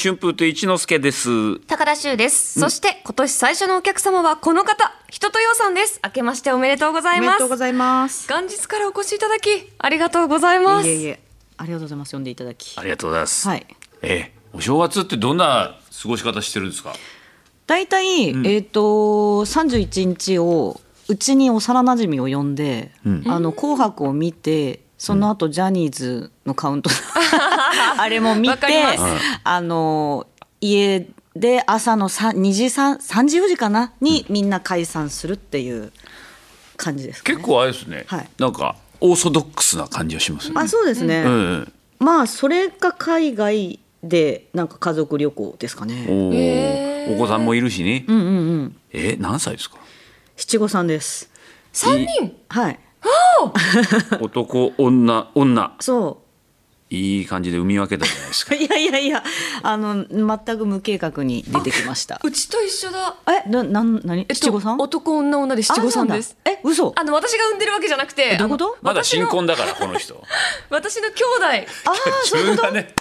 春風亭一之輔です。高田修です。そして、今年最初のお客様はこの方、人とようさんです。明けましておめでとうござおいめでますとう。ございます。元日からお越しいただき、ありがとうございます。いえいえ、ありがとうございます。呼んでいただきあ。りがとうございます。はい。ええ、お正月ってどんな過ごし方してるんですか。大体、えっ、と、三十一日を、うちに幼馴染を呼んで、あの紅白を見て。その後、ジャニーズのカウ ント。あれも見わかりてます、あの、家。で朝のさ2時3 3時4時かなにみんな解散するっていう感じですかね結構あれですね。はいなんかオーソドックスな感じがしますね。あそうですね、うん。まあそれか海外でなんか家族旅行ですかねおおへー、ーお子さんもいるしね。うんうんうんえ、何歳ですか。七五三です三人。はい男、女、女。そいい感じで産み分けたじゃない ですかう。いやいやいやあの全く無計画に出てきましたうちと一緒だ。えななん何 えっと七五三男女女で七五三です。あそうなんだえ嘘あの私が産んでるわけじゃなくて、どういうことあのまだ私新の婚だから、この人。私の兄弟、 ああそういうこがとね。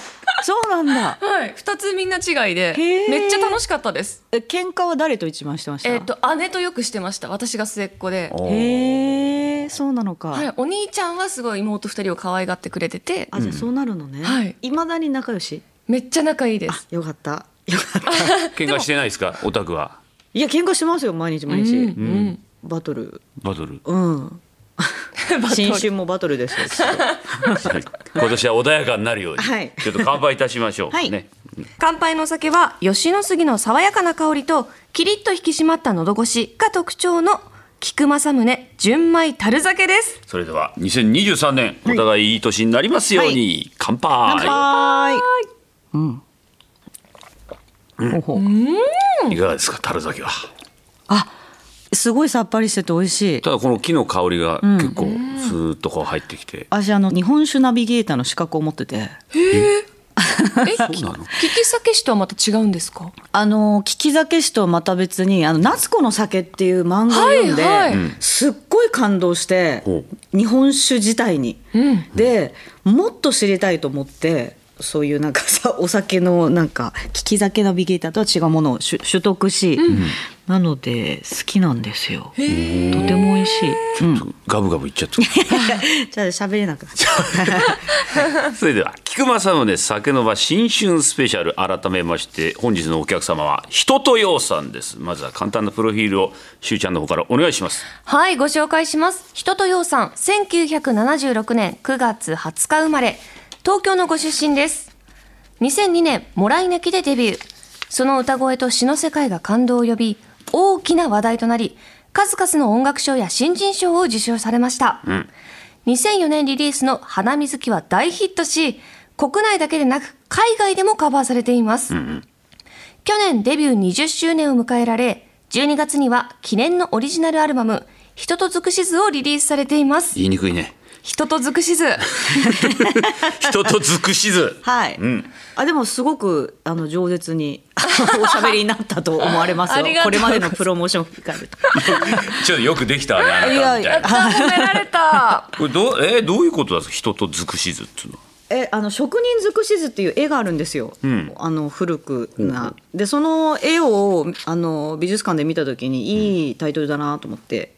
そうなんだはい、二つみんな違いで、へーめっちゃ楽しかったです。え喧嘩は誰と一番してましたえっと姉とよくしてました。私が末っ子で。おーへえそうなのか、はい、お兄ちゃんはすごい妹二人を可愛がってくれてて、あじゃあそうなるのね、はいまだに仲良しめっちゃ仲いいであす。よかったよかった 喧嘩してないですか、オタクは。いや喧嘩してますよ毎日毎日、うんうんバトルバトル。うん バトル新春もバトル ですよきっとはい今年は穏やかになるように、はいちょっと乾杯いたしましょう、はいね乾杯のお酒は吉野杉の爽やかな香りとキリッと引き締まった喉越しが特徴の菊正宗純米樽酒ですそれでは2023年お互いいい年になりますように、乾杯乾杯うん、ほほいかがですか樽酒はあすごいさっぱりしてて美味しいただこの木の香りが結構スーッとこう入ってきて、私あの日本酒ナビゲーターの資格を持っててえ そうなのき利き酒師とはまた違うんですかあの「聞き酒師」とはまた別に「あの夏子の酒」っていう漫画を読んで、はいはいすっごい感動してほ日本酒自体に。うんでもっと知りたいと思ってそういうなんかさ お酒のなんか聞き酒ナビゲーターとは違うものを取取得し、なので好きなんですよ。とても美味しい。 うんガブガブいっちゃ ってじゃあ喋れなくなっちゃそれでは菊間さんのね酒の場新春スペシャル改めまして本日のお客様は人とようさんですまずは簡単なプロフィールをしゅうちゃんの方からお願いしますはいご紹介します人とようさん1976年9月20日生まれ東京のご出身です2002年もらい泣きでデビューその歌声と詩の世界が感動を呼び大きな話題となり数々の音楽賞や新人賞を受賞されました、2004年リリースの「花水木」は大ヒットし国内だけでなく海外でもカバーされています、去年デビュー20周年を迎えられ12月には記念のオリジナルアルバム「人と尽くし図」をリリースされています言いにくいね人と尽くし図人と尽くしずう。 はい。んあでもすごくあの饒舌に おしゃべりになったと思われますあよりが。とこうごれざいまますでのプロモーションを聞かれて。ちょっとよくできたねあなたみいやたいいなや褒められたこれどうえーどういうことなんですか人と尽くしずっていうのはえあの職人尽くし図っていう絵があるんですよ、んあの古くな、でその絵をあの美術館で見た時にいいタイトルだなと思って、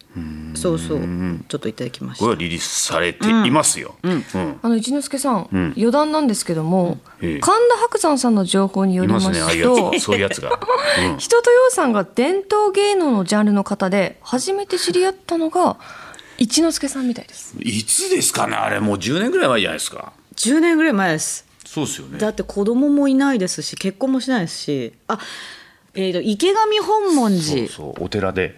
そうそうちょっといただきましこれたはリリースされていますよ、うんうんあの一之輔さん、ん余談なんですけども、ええ神田伯山さんの情報によいりまますねああいすうとやつそういうやつが、うん人とようさんが伝統芸能のジャンルの方で初めて知り合ったのが一之輔さんみたいですいつですかねあれもう10年ぐらい前じゃないですか10年ぐらい前ですそうですよねだって子供もいないですし結婚もしないですしあえーと池上本門そう寺そそうお寺で、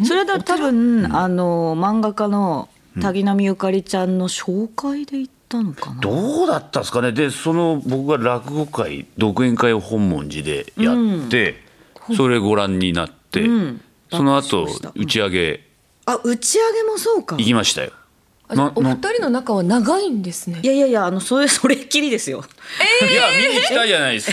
れだ多分、あの漫画家の滝波ゆかりちゃんの紹介で行ったのかな、どうだったんですかねでその僕が落語会独演会を本門寺でやって、それご覧になって、うんそのそ後うでした打ち上げあ打ち上げもそうか行きましたよ、なおな二人の仲は長いんですねいやいやいやあのそれそれっきりですよいや見に来たじゃない ですか。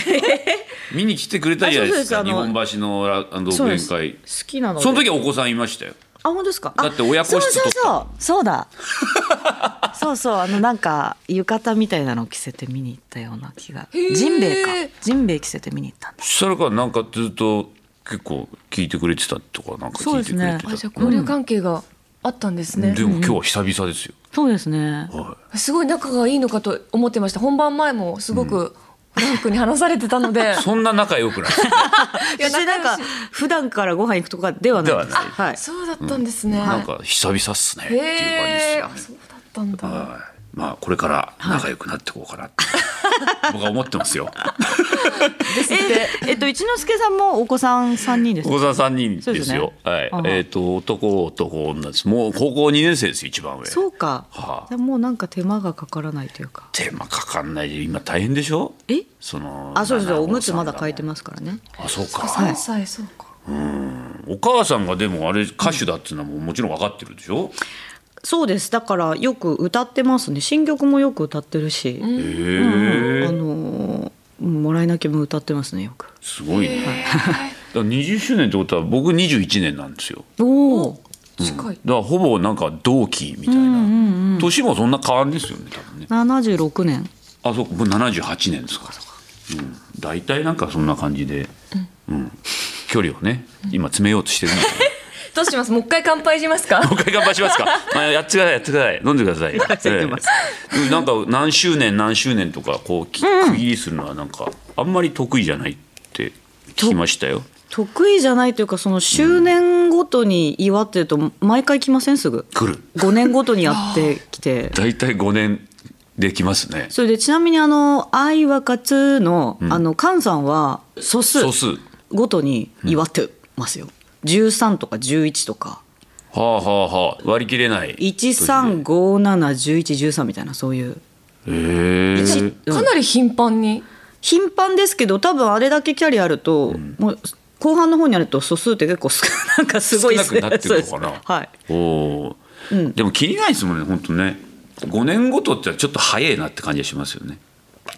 見に来てくれたじゃないですか。あそ日うですあの本橋のらあのそ独うで演す会。好きなのでその時はお子さんいましたよ。あ本当ですかあだって親子室そうそ撮うそうそ うだそうそうあのなんか浴衣みたいなの着せて見に行ったような気がージンベエかジンベエ着せて見に行ったんだそれからなんかずっと結構聞いてくれてたとかなんか聞いてくれてたあじゃあ交流関係があったんですね、でも今日は久々ですよ、そうですねすごい仲がいいのかと思ってました本番前もすごくフランクに話されてたので、 そんな仲良くないです ね別になんか普段からご飯行くとかではないですではないはいそうだったんですね、なんか久々っすねっていう感じへえですそうだったんだ、はいまあこれから仲良くなっていこうかなって僕は思ってます よええっと一之輔さんもお子さん三人です小沢さん人ですよそうはでいすねあはえっ、と男男女ですもう高校2年生ですよ一番上そうか、はあじゃあもうなんか手間がかからないというか手間かかんないで今大変でしょえそのあそうそうそうおむつ七五ま三だ変えてますからねあそうか3歳そうか、お母さんがでもあれ歌手だっていうのはもうもちろん分かってるでしょ、そうですだからよく歌ってますね新曲もよく歌ってるし、へえあのーもらい泣きも歌ってますねよくすごいね だから20周年ってことは僕21年なんですよおお近いだからほぼなんか同期みたいな、年もそんな変わんですよね多分ね76年あそうかもう78年ですからうん、大体なんかそんな感じで、うん距離をね今詰めようとしてるんだけどどうしますもう一回乾杯しますかもう一回頑張りますか、まあ、やってくださいやってください飲んでくださいよやってますええなんか何周年何周年とかこうき区切りするのはなんかあんまり得意じゃないって聞きましたよ得意じゃないというかその周年ごとに祝ってると毎回来ませんすぐ来る5年ごとにやってきて大体5年できますねそれでちなみにあの「愛は勝つの」あの菅さんは素数素数ごとに祝ってますよ、13とか11とかはあはあはあ割り切れない13571113みたいなそういうへえかなり頻繁に頻繁ですけど多分あれだけキャリアあると、もう後半の方になると素数って結構少 なんかすごいですね少なくなってるのかなそうですはいおおー、でも切りないですもんね本当ね5年ごとってちょっと早いなって感じがしますよね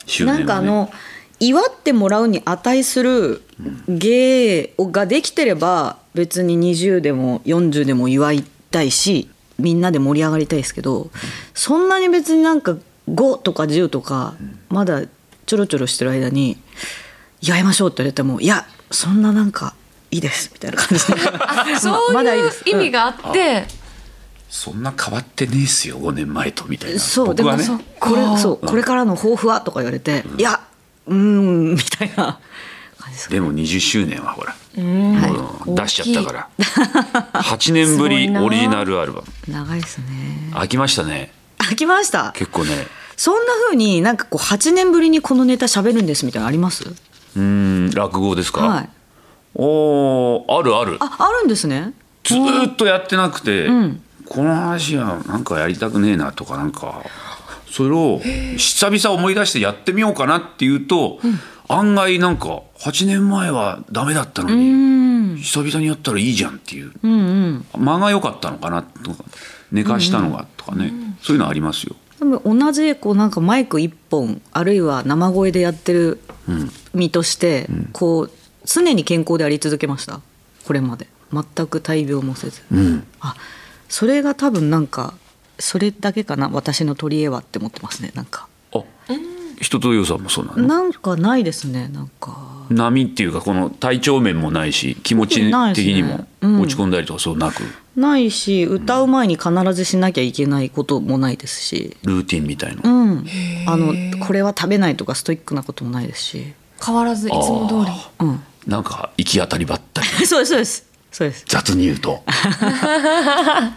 周年はなねんかあの祝ってもらうに値する芸ができてれば別に20でも40でも祝いたいしみんなで盛り上がりたいですけどそんなに別になんか5とか10とかまだちょろちょろしてる間に「やりましょう」って言われても「いやそんななんかいいです」みたいな感じでそうまだいいいうです意味があって、そんな変わってねえっすよ5年前とみたいなそうで僕はもねそっうかこれそうこれからの抱負はとか言われて「いやうーん」みたいな感じですかでも20周年はほら、もう出しちゃったから8年ぶすごいりなオリジナルアルバム長いですね。飽きましたね飽きました結構ねそんな風になんかこう8年ぶりにこのネタ喋るんですみたいなのありますうーん落語ですか、はいおーあるあるああるんですねずーっとやってなくて、んこの話はなんかやりたくねえなとかなんかそれを久々思い出してやってみようかなっていうと、案外なんか8年前はダメだったのうにん久々にやったらいいじゃんっていううんうん間が良かったのかなとか寝かしたのがとかね、そういうのありますよ。多分同じこうなんかマイク1本あるいは生声でやってる身としてこう常に健康であり続けましたこれまで全く大病もせず、うん、あそれが多分なんかそれだけかな私の取り柄はって思ってますねなんかあ人とよさんもそうなのなんかないですねなんか波っていうかこの体調面もないし気持ちないです的にねもうん落ち込んだりとかそうなく、ないし歌う前に必ずしなきゃいけないこともないですし、ルーティンみたいな、うん、あのこれは食べないとかストイックなこともないですし、変わらずいつも通りうん なんか行き当たりばったりそうですそうですそうです雑に言う とああ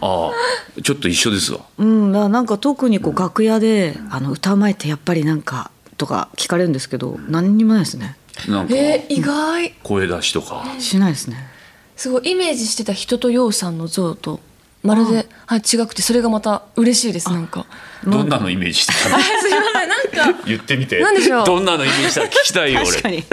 ちょっと一緒ですわうんだからなんか特にこう楽屋で、あの歌う前ってやっぱりなんかとか聞かれるんですけど何にもないですねなんかえー、意外声出しとかしないですねすごいイメージしてた人とようさんの像とまるで、はい、違くてそれがまた嬉しいですなんか どんなのイメージして たのあすいませんなんか言ってみてなんでしょうどんなのイメージしたら聞きたいよ確か俺に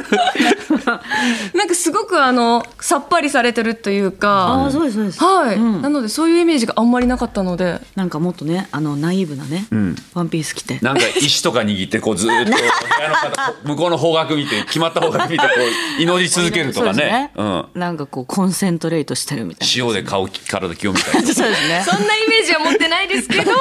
なんかすごくあのさっぱりされてるというあかあそうですそうですはい、うんなのでそういうイメージがあんまりなかったのでなんかもっとねあのナイーブなね、んワンピース着てなんか石とか握ってこうずーっと部屋の方向こうの方角見て決まった方角見てこう祈り続けるとそうでかすねうん、なんかこうコンセントレートしてるみたい塩で顔体清めたりな そうです ねそんなイメージは持ってないですけど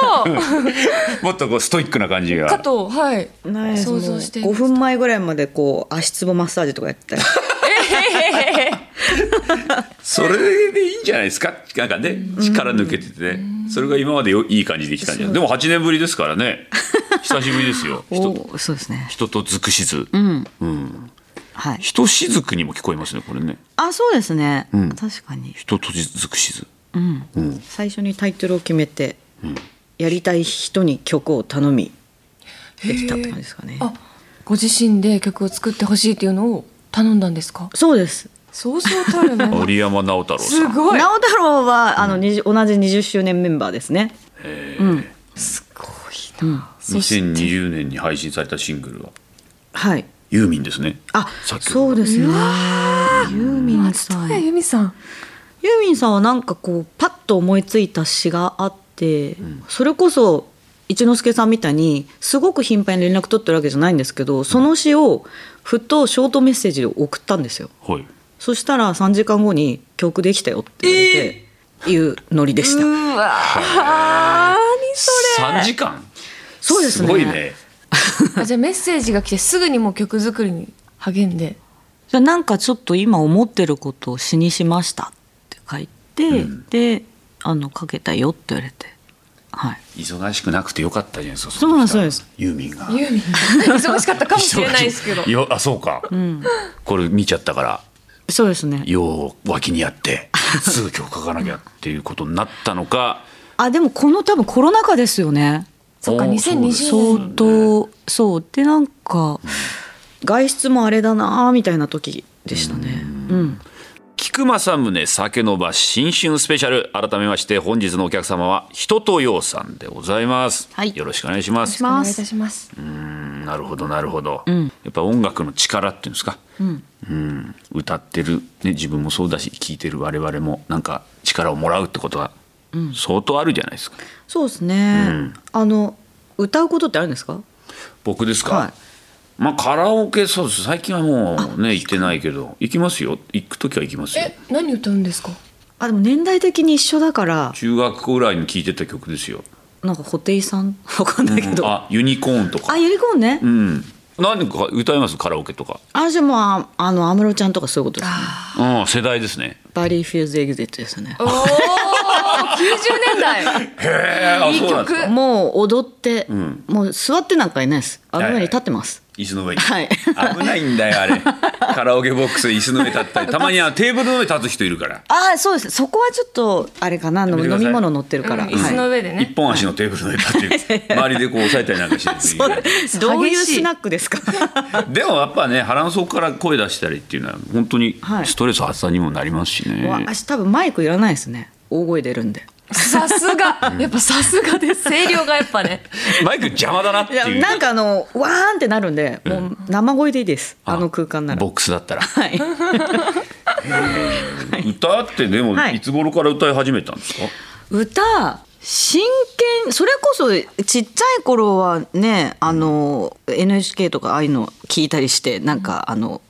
もっとこうストイックな感じがかとはいないです想像してい5ました分前ぐらいまでこう足つぼマッサージとかやってたよそれでいいんじゃないですかなんかね力抜けててねそれが今までよいい感じできたんじゃないでも8年ぶりですからね久しぶりですよ人とおそうですね人と尽くしず、うん、はい人しずくにも聞こえますねこれねあそうですね、ん確かに人と尽くしずうん最初にタイトルを決めて、やりたい人に曲を頼みできたって感じですかねあご自身で曲を作ってほしいっていうのを頼んだんですかそうですそうそうたるね森山直太朗さすんごい直太朗はあの、20同じ20周年メンバーですねすごいそして2020年に配信されたシングルははいユーミンですねあ作曲そうですねユーミンさんね由美さんユーミンさんはなんかこうパッと思いついた詩があって、それこそ一之輔さんみたいにすごく頻繁に連絡取ってるわけじゃないんですけどその詩をふとショートメッセージで送ったんですよはいそしたら3時間後に「曲できたよ」って言われて、いうノリでした、うわー3時間そうですねごいねあじゃあメッセージが来てすぐにもう曲作りに励んでじゃあなんかちょっと今思ってることを詩にしましたって書いて、であのかけたよって言われてはい忙しくなくてよかったじゃないですかそうなんですそうですユーミンがユーミン忙しかったかもしれないですけど忙しいよあそうか、これ見ちゃったからそうですねよう脇にあってすぐ今日書かなきゃっていうことになったのかあでもこの多分コロナ禍ですよねそっかおーそうです2020相年当そうでなんか外出もあれだなーみたいな時でしたねうん菊正宗酒の場新春スペシャル改めまして本日のお客様は人とようさんでございます、はいよろしくお願いしますお願いいたしますなるほどなるほど、やっぱ音楽の力っていうんですか、うん歌ってる、ね、自分もそうだし聴いてる我々もなんか力をもらうってことは相当あるじゃないですか、そうですね、あの歌うことってあるんですか僕ですか、はいまあカラオケそうです最近はもうね行ってないけど行きますよ行く時は行きますよえ何歌うんですかあでも年代的に一緒だから中学校ぐらいに聴いてた曲ですよ、なんか布袋さん わかんないけど、あユニコーンとかあ、ユニコーンね。うん何か歌いますカラオケとかあ、じゃあもう、ああの、安室ちゃんとかそういうことですね。うん世代ですねバリー・フィールズ・エグゼットですよねお。お90年代へえあそうなんですかもう踊って、んもう座ってなんかいないです。あの上に立ってます。椅子の上に、はい危ないんだよあれ カラオケボックスで椅子の上立ったりたまにはテーブルの上立つ人いるからあ、そうです。そこはちょっと、あれかな、飲めてくみだ飲さいみ物乗ってるから。椅子の上でね一本足のテーブルの上立って 周りでこう押さえたりなんかして るっていういどういう激しいスナックですか。でもやっぱね腹の底から声出したりっていうのは本当にはいストレス発散にもなりますしね、わ私多分マイクいらないですね。大声出るんで。さすがやっぱさすがです声量がやっぱねマイク邪魔だなっていや、いうなんかあの、わーんってなるんで、もう生声でいいです。あの空間ならボ。ックスだったら、はい。歌ってでもはいいつ頃から歌い始めたんですか、歌真剣それこそちっちゃい頃はねあの NHK とかああいうの聞いたりしてなんかあの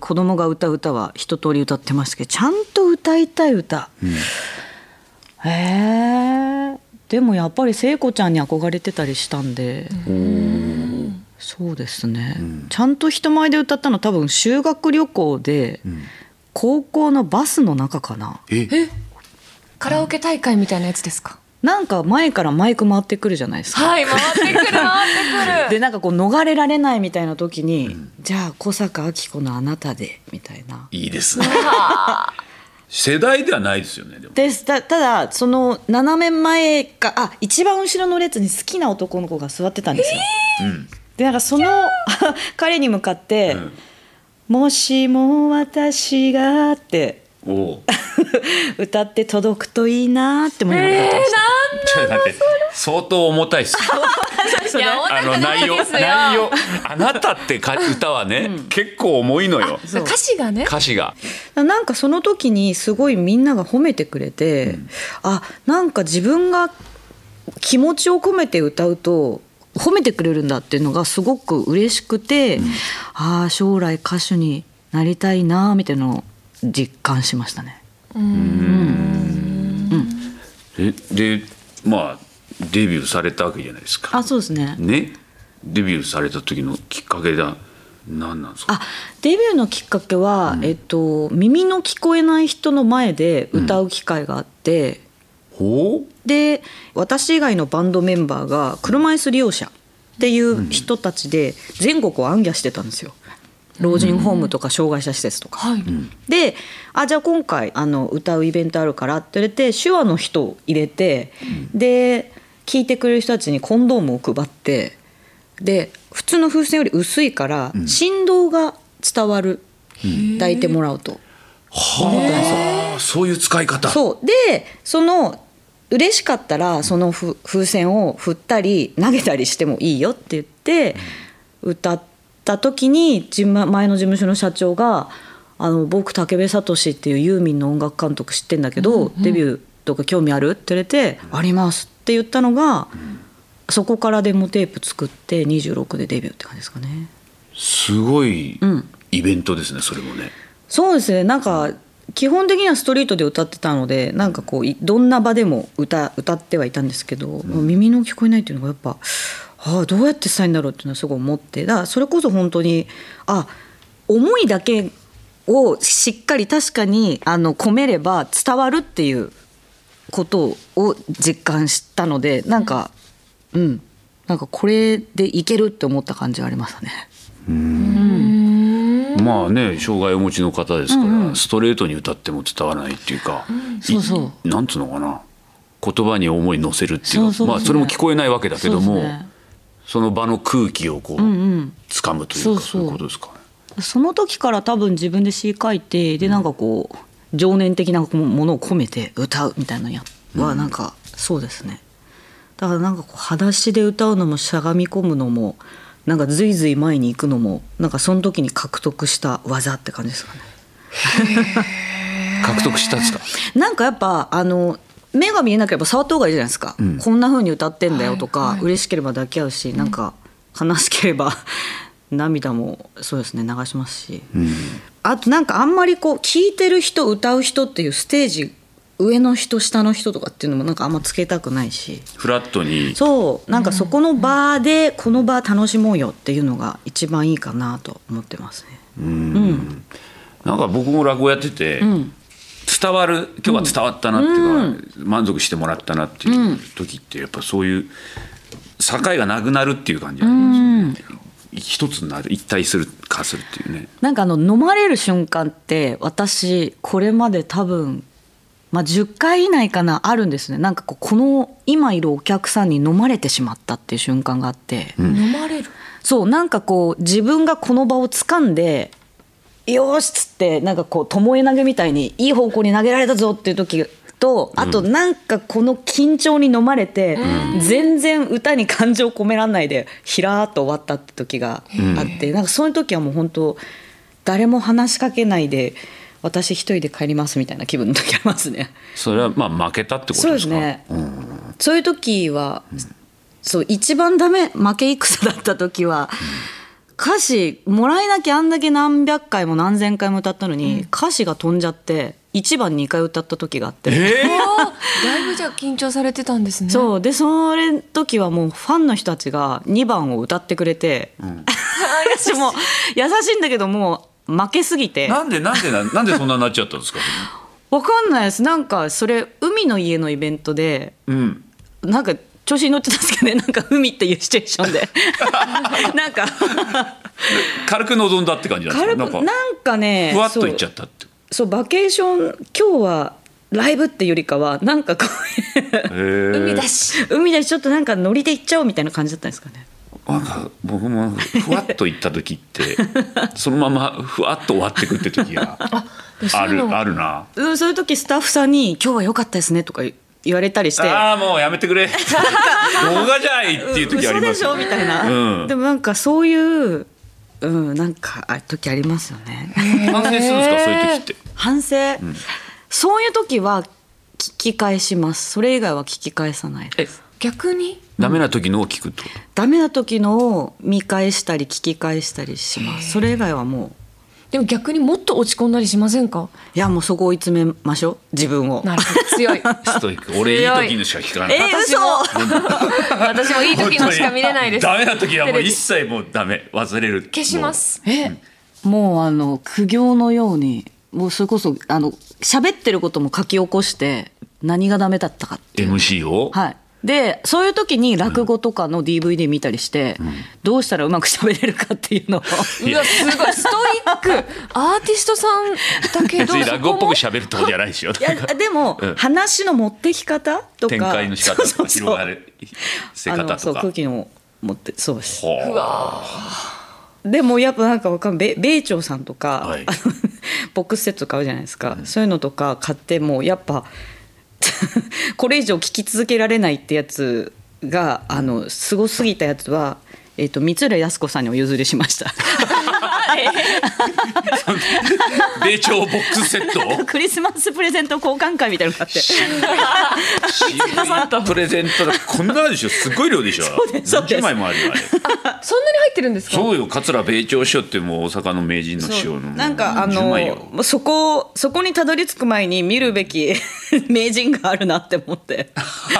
子供が歌う歌は一通り歌ってましたけどちゃんと歌いたい歌、へえでもやっぱり聖子ちゃんに憧れてたりしたんでそうですね、ちゃんと人前で歌ったの多分修学旅行で、高校のバスの中かなえ カラオケ大会みたいなやつですかなんか前からマイク回ってくるじゃないですか、はい回ってくる回ってくるでなんかこう逃れられないみたいな時に、じゃあ小坂明子のあなたでみたいないいですね世代ではないですよねでもですたただその斜め前かあ一番後ろの列に好きな男の子が座ってたんですよ、うんでなんかその 彼に向かって「うんもしも私が」って おう歌って届くといいなーって思いながら歌ってました、ちょっと待って相当重たいっ すいや、あの女の内子容ですよ。内容あなたってか歌はね、結構重いのよ歌詞がね。歌詞がなんかその時にすごいみんなが褒めてくれて、あなんか自分が気持ちを込めて歌うと褒めてくれるんだっていうのがすごく嬉しくて、ああ将来歌手になりたいなーみたいなのを実感しましたね。ででまあデビューされたわけじゃないですかあそうですねねデビューされた時のきっかけだ何なんですかあデビューのきっかけは、えっと、耳の聞こえない人の前で歌う機会があって、ほで私以外のバンドメンバーが車椅子利用者っていう人たちで全国を行脚してたんですよ老人ホームとか障害者施設とか。はい。であじゃあ今回あの歌うイベントあるからって言われて手話の人を入れて、で聞いてくれる人たちにコンドームを配ってで普通の風船より薄いから振動が伝わる、抱いてもらうと。はあそういう使い方そうでその嬉しかったらそのふ風船を振ったり投げたりしてもいいよって言って歌った時に事務前の事務所の社長が「あの僕武部聡っていうユーミンの音楽監督知ってんだけど、デビューとか興味ある?」って言われて「あります」って言ったのが、そこからデモテープ作って26でデビューって感じですかね。すごいんイベントですねそれもねそうですねなんか基本的にはストリートで歌ってたのでなんかこういどんな場でも歌歌ってはいたんですけど、耳の聞こえないっていうのがやっぱああどうやってしたいんだろうっていうのはすごい思ってだからそれこそ本当にあ思いだけをしっかり確かにあの込めれば伝わるっていうことを実感したのでなんかうんなんかこれでいけるって思った感じはありましたね。まあね障害をお持ちの方ですから、ストレートに歌っても伝わらないっていうか、そうそういなんつうのかな言葉に思い乗せるっていうかそうそうそうまあ、それも聞こえないわけだけどそうもでそ,、すねの場の空気をこう、うん掴むというかそそううそういうことですかね。その時から多分自分で詩書いてでなんかこう情念的なものを込めて歌うみたいなのやはなんかそうですねだからなんかこう裸足で歌うのもしゃがみ込むのもなんかずいずい前に行くのもなんかその時に獲得した技って感じですかね獲得したんですかなんかやっぱあの目が見えなければ触った方がいいじゃないですか、んこんな風に歌ってんだよとか、はいはい嬉しければ抱き合うしなんか悲しければ 涙もそうですね流しますし、あとなんかあんまりこう聴いてる人歌う人っていうステージ上の人下の人とかっていうのもなんかあんまつけたくないしフラットにそうなんかそこの場でこの場楽しもうよっていうのが一番いいかなと思ってますね。なんか僕も落語やってて、伝わる今日は伝わったなっていうか、満足してもらったなっていう時ってやっぱそういう境がなくなるっていう感じがありますよね、一つになる一体する化するっていうねなんかあの飲まれる瞬間って私これまで多分、まあ、10回以内かなあるんですねなんかこうこの今いるお客さんに飲まれてしまったっていう瞬間があって、飲まれる。そうなんかこう自分がこの場を掴んでよーしっつってなんかこう巴投げみたいにいい方向に投げられたぞっていう時とあとなんかこの緊張に飲まれて、全然歌に感情込めらんないでひらーっと終わったって時があって、なんかそういう時はもう本当誰も話しかけないで私一人で帰りますみたいな気分の時ありますね。それはまあ負けたってことですかそうですね、そういう時は、そう一番ダメ負け戦だった時は、歌詞もらいなきゃあんだけ何百回も何千回も歌ったのに、歌詞が飛んじゃって1番2回歌った時があって、あーだいぶじゃあ緊張されてたんですね。そうでそれ時はもうファンの人たちが2番を歌ってくれて、私も優しいんだけどもう負けすぎてなんでなんでななんでそんなになっちゃったんですか。わかんないですなんかそれ海の家のイベントでうん。なんか調子に乗ってたんですけどねなんか海っていうシチュエーションでなんか軽く望んだって感じなんです軽か。くななんんかかねふわっといっちゃったって。そうそうバケーション今日はライブっていうよりかはなんかこう 海海だし。海でちょっとなんかノリで行っちゃおうみたいな感じだったんですかねなんか僕もふわっと行った時って そのままふわっと終わってくって時があそういうるのあるなうん、そういう時スタッフさんに「今日は良かったですね」とか言われたりしてああもうやめてく れ動画じゃないっていう時あります嘘でしょみたいな、うんでもなんかそういう、うん、なんかあ時ありますよ ね反省するんですかそういう時って反省、そういう時は聞き返しますそれ以外は聞き返さないえ逆にダメな時のを聞くってこダメな時のを見返したり聞き返したりしますそれ以外はもうでも逆にもっと落ち込んだりしませんかいやもうそこ追い詰めましょう自分をなるほど強いとストイック俺いい時のしか聞かないえー嘘 私もいい時のしか見れないですダメな時はもうテレビ一切もうダメ忘れる消しますえもうあの苦行のようにもうそれこそあの喋ってることも書き起こして何がダメだったかっていう MC を、はいでそういう時に落語とかの DVD 見たりして、どうしたらうまく喋れるかって いうのをうわすごいストイックアーティストさんだけど別に落語っぽくそこ喋るとこじゃないでしょいやでも、うん話の持ってき方とか展開の仕方と そかうそうそう広がるせあ方のそとうか空気の持ってそうですほうでもやっぱなんかわかん米米朝さんとか、はいあの ボックスセット買うじゃないですか、そういうのとか買ってもやっぱ これ以上聞き続けられないってやつがあのすごすぎたやつは、えっと三浦靖子さんにお譲りしま した米朝ボックスセットをクリスマスプレゼント交換会みたいなのがあってプレゼントだこんなあるでしょすごい量でしょす何十枚もある よあれそんなに入ってるんですかそうよ桂米朝師匠ってもう大阪の名人の師匠のなんかあ10枚よのそこそこにたどり着く前に見るべき 名人があるなって思って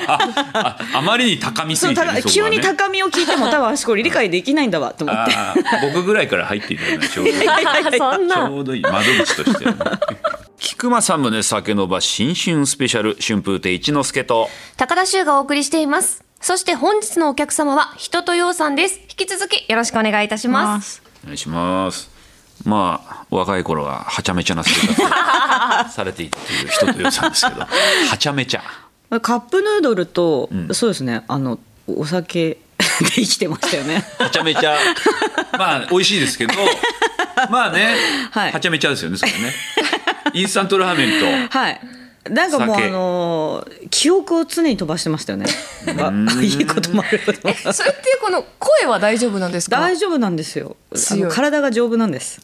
ああまりに高みすそうぎてねただそこ急はねに高みを聞いても多分あしこ理解できないんだわと思って。あー僕ぐらいから入っていた だいたちょうどいいそんちなょうどいい窓口としてはね菊間さん宗酒の場新春スペシャル春風亭一之輔と高田修がお送りしていますそして本日のお客様は人とようさんです引き続きよろしくお願いいたしますお願いしますまあお若い頃ははちゃめちゃな生活をされていたという人とよさんです けどはちゃめちゃカップヌードルと、んそうですねあのお酒 で生きてましたよねはちゃめちゃまあ美味しいですけどまあね、ははいちゃめちゃですよねそれねインスタントラーメンとはいなんかもう酒あのー記憶を常に飛ばしてましたよねあいいこともあることもそれってこの声は大丈夫なんですか大丈夫なんですよあ強いの体が丈夫なんです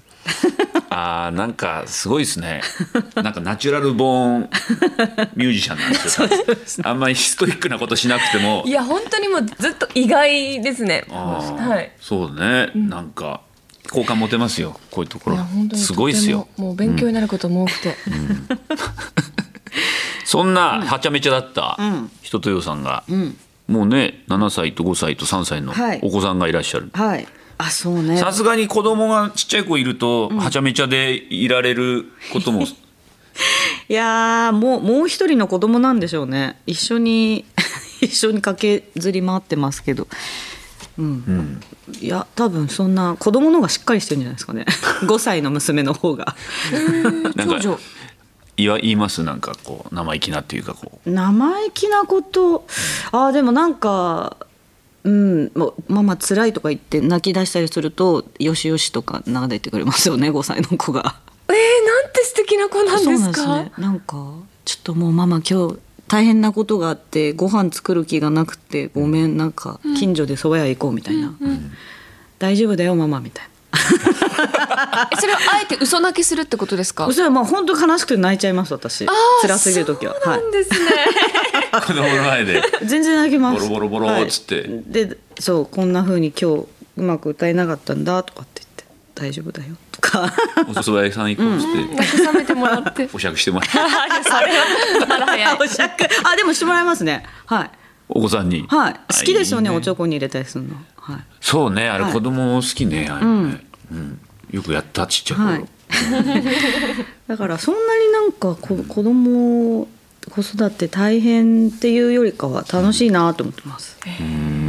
あーなんかすごいですねなんかナチュラルボーンミュージシャンなんですよ、あんまりストイックなことしなくてもいや本当にもうずっと意外ですねあーはいそうだね、なんか好感持てますよこういうとこいや本ろ当にすごいですよとてももう勉強になることも多くて、そんなはちゃめちゃだった人とよさんが、もうね7歳と5歳と3歳のはいお子さんがいらっしゃるはいあそうねさすがに子供がちっちゃい子いると、はちゃめちゃでいられること もいやーもうもう一人の子供なんでしょうね一緒に 一緒に駆けずり回ってますけどうん、いや多分そんな子供の方がしっかりしてるんじゃないですかね 5歳の娘の方がなんか言わ言いますなんかこう生意気なっていうかこう生意気なことあーでもなんかうんもうママ辛いとか言って泣き出したりするとよしよしとか流れてくれますよね5歳の子が。えー、なんて素敵な子なんそうですなかんですねなんかちょっともうママ今日大変なことがあってご飯作る気がなくてごめんなんか近所で蕎麦屋行こうみたいな、大丈夫だよママみたいえそれはあえて嘘泣きするってことですかなそれはまあ本当悲しくて泣いちゃいます私辛すぎる時ははなんですね、子供の前 で。い全然泣きますボロボロボロっつってはいでそうこんな風に今日うまく歌えなかったんだとかって言って大丈夫だよとかお蕎麦屋さん行こうっつって、慰めてもら ってお酌してもらってそれはまだ 早い おしゃくあでもしてもらいますねはいお子さんにはい好きですよねいいおちょこに入れたりするのはいそうねあはれい子供好きね、あれねうんよくやったちっちゃい頃、はいだからそんなになんかこ子供子育て大変っていうよりかは楽しいなと思ってます、うん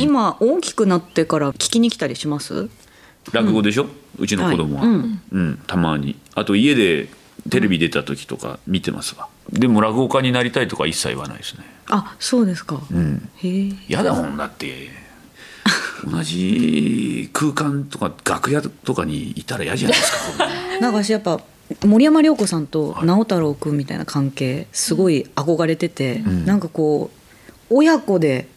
今大きくなってから聞きに来たりします落語でしょ、うちの子供は、はいうんうんたまにあと家でテレビ出た時とか見てますわでも落語家になりたいとか一切言わないですねあそうですか、うんへえ嫌だもんだって同じ空間とか楽屋とかにいたら嫌じゃないですか なんか私やっぱ森山良子さんと直太朗君みたいな関係すごい憧れてて、なんかこう親子で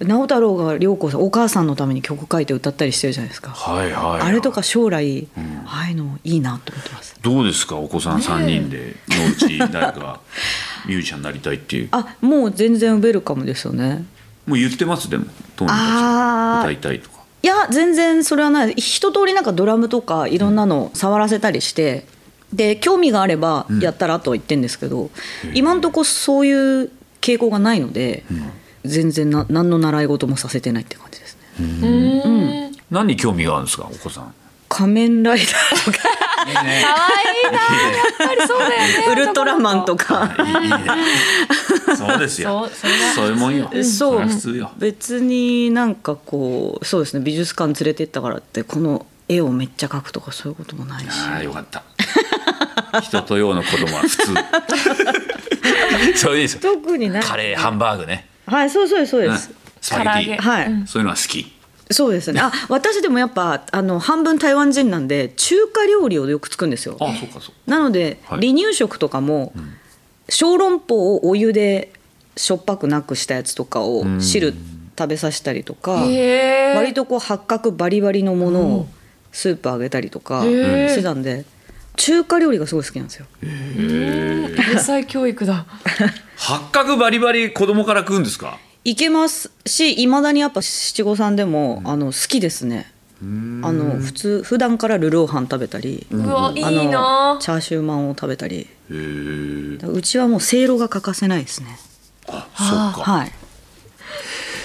直太朗が良子さんお母さんのために曲書いて歌ったりしてるじゃないですか、はいはい、はい、あれとか将来、ああいうのいいなと思ってますどうですかお子さん3人でのうち誰 かミュージシャンになりたいっていうあもう全然ウェルカムですよねもう言ってますでも当人たちあー歌いたいとかいや全然それはない一通りなんかドラムとかいろんなの触らせたりして、で興味があればやったらとは言ってんですけど、今んとこそういう傾向がないので、全然な何の習い事もさせてないって感じですねうん。何に興味があるんですかお子さん仮面ライダーとか 可愛いな。やっぱりそうだよね。ウルトラマンとかいいねそうですよそうそれがそういうもんよそうれが普通よ 別になんかこうそうですね美術館連れてったからってこの絵をめっちゃ描くとかそういうこともないしああよかった 人と用の子供は普通 そういいですよ 特にないカレーハンバーグね、はいそうそうですそううでん、す、スパゲ唐揚げティ、はい、そういうのは好きそうですね。あ、私でもやっぱあの半分台湾人なんで中華料理をよく作るんですよ。あそうかそうなので、はい離乳食とかも、小籠包をお湯でしょっぱくなくしたやつとかをん汁食べさせたりとか、へー割とこう八角バリバリのものをスープあげたりとかしてたんで、中華料理がすごい好きなんですよ。英才教育だ。八角バリバリ子供から食うんですかいけますし、いまだにやっぱ七五三でもあの好きですね。あの普通普段からルルーハン食べたり。うわいあのいな。チャーシューマンを食べたりへえうちはもうせいろが欠かせないですねあそうかはい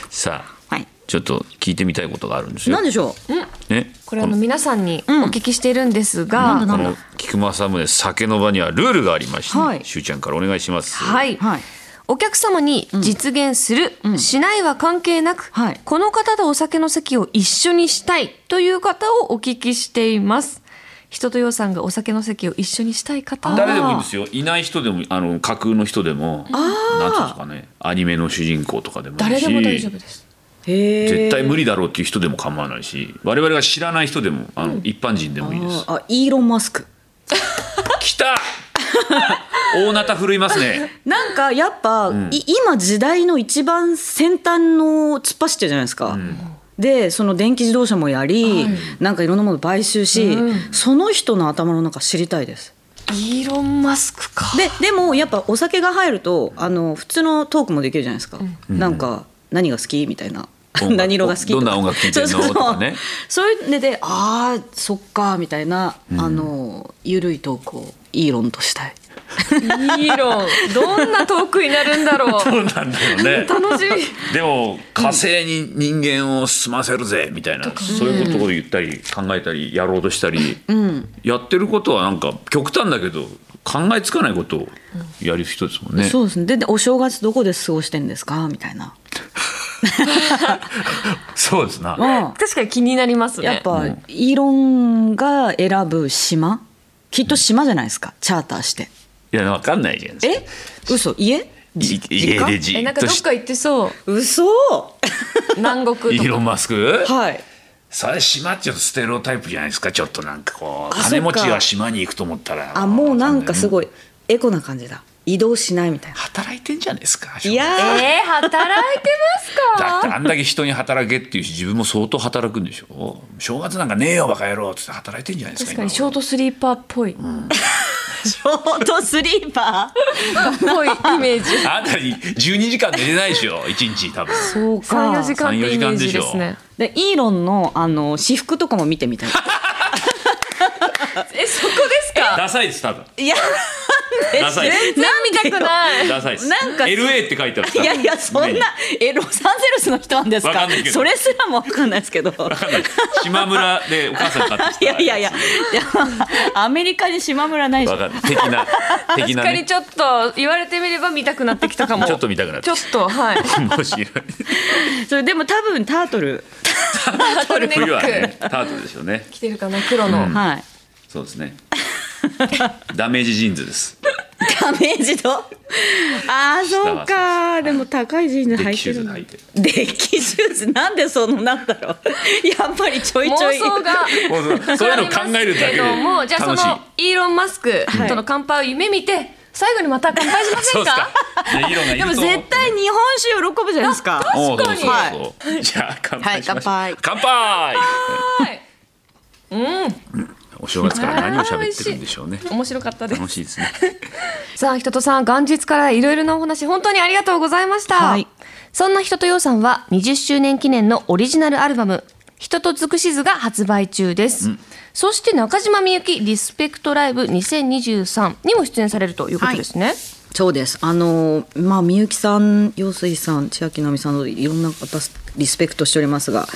さあはいちょっと聞いてみたいことがあるんですよ何でしょうね これあの皆さんにお聞きしているんですながんだ、この菊間さんもね酒の場にはルールがありまして、はいしゅうちゃんからお願いしますはい、はいお客様に実現する、しないは関係なく、はいこの方とお酒の席を一緒にしたいという方をお聞きしています。人とようさんがお酒の席を一緒にしたい方は誰でもいいんですよいない人でもあの架空の人でもなんていうんですかねアニメの主人公とかでもいい誰しでも大丈夫です。へえ絶対無理だろうっていう人でも構わないし我々が知らない人でもあの、一般人でもいいですあイーロン・マスク来た大なた振るいますね なんかやっぱ、んい今時代の一番先端の突っ走ってるじゃないですか、でその電気自動車もやり、なんかいろんなもの買収し、その人の頭の中知りたいですイーロンマスクか。ででもやっぱお酒が入るとあの普通のトークもできるじゃないですか、なんか何が好きみたいな音楽 何色が好きどんな音楽聴いてんのそうそうそうとかねそういうのでああそっかみたいな、あのゆるいトークをイーロンとしたいイーロン、どんなトークになるんだろう。そうなんだよね楽しみ。でも火星に人間を住ませるぜみたいな、そういうことを言ったり考えたりやろうとしたり、やってることはなんか極端だけど考えつかないことをやる人ですもんね、そうですねででお正月どこで過ごしてんですかみたいな、そうですな、うん確かに気になりますね。やっぱ、イーロンが選ぶ島きっと島じゃないですかチャーターしていやわかんないじゃないですかえ嘘家い家でじえなっんかどとっしか行ってそう。嘘南国イとーロか。ン・マスクはいそれ島ってちょっとステレオタイプじゃないですかちょっとなんかこうあ金持ちそっがか島に行くと思ったらあもうなんかすいごいエコな感じだ移動しないみたいな働いてんじゃないですかいやーえー、働いてますだかってあんだけ人に働けっていうし自分も相当働くんでしょ正月なんかねえよバカ野郎っつって働いてんじゃないですか確かにショートスリーパーっぽい、っショートスリーパ ぽいイメージ今頃あんたに12時間寝れないでしょ一日 多分ーそう34時間ってイメー3-4時ジ間でしでょすねでイーロンのあの私服とかも見てみたいえそこですかダサ いです多分いやダサいです見たくないダサいですなんか LA って書いてあるいやいやそんなえロサンゼルスの人なんですかわかんないけどそれすらもわかんないですけど分かんない島村でお母さん買ってきた いやいやいやいやアメリカに島村ないし分かんない的な的確なかにねちょっと言われてみれば見たくなってきたかもちょっと見たくなってちょっと はい面白いそれでも多分タートルタートルネ冬はッねクタートルでしょうね着てるかな黒の、はいそうですねダメージジーンズです明治堂ああそうかでも高いジーンズデッ履キいシてュるーズでんだ履いてるデッキシューズなんでそのなんだろうやっぱりちょいちょい妄想がもうそうそういうの考えるだけで膨らみますけどもじゃあそ楽しいのイーロン・マスクとの乾杯を夢見て最後にまた乾杯しませそうんっすかかいやいいのがいるでとも思う絶対日本酒喜ぶじゃないですかおうそうそうそうはいそうじゃあ乾杯しましょう、はい乾杯はいお正月から何を喋ってるんでしょうね面白かったです楽しいですねさあ、ひととさん、元日からいろいろなお話、本当にありがとうございました。はいそんなひととようさんは、20周年記念のオリジナルアルバム、ひとと尽くしずが発売中です。そして中島みゆきリスペクトライブ2023にも出演されるということですね。そうですあのまあみゆきさん陽水さん千秋直美さんなどいろんな方リスペクトしておりますが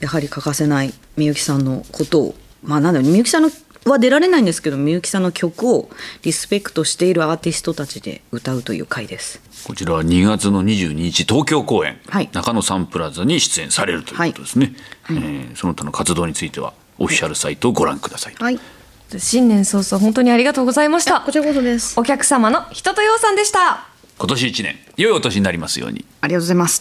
やはり欠かせないみゆきさんのことをまあなんだろうみゆきさんのは出られないんですけどみゆきさんの曲をリスペクトしているアーティストたちで歌うという回ですこちらは2月の22日東京公演、はい中野サンプラザに出演されるということですね、えーその他の活動についてはオフィシャルサイトをご覧ください、はい新年早々、本当にありがとうございました。ちらこそですお客様のひととようさんでした。今年1年良いお年になりますようにありがとうございます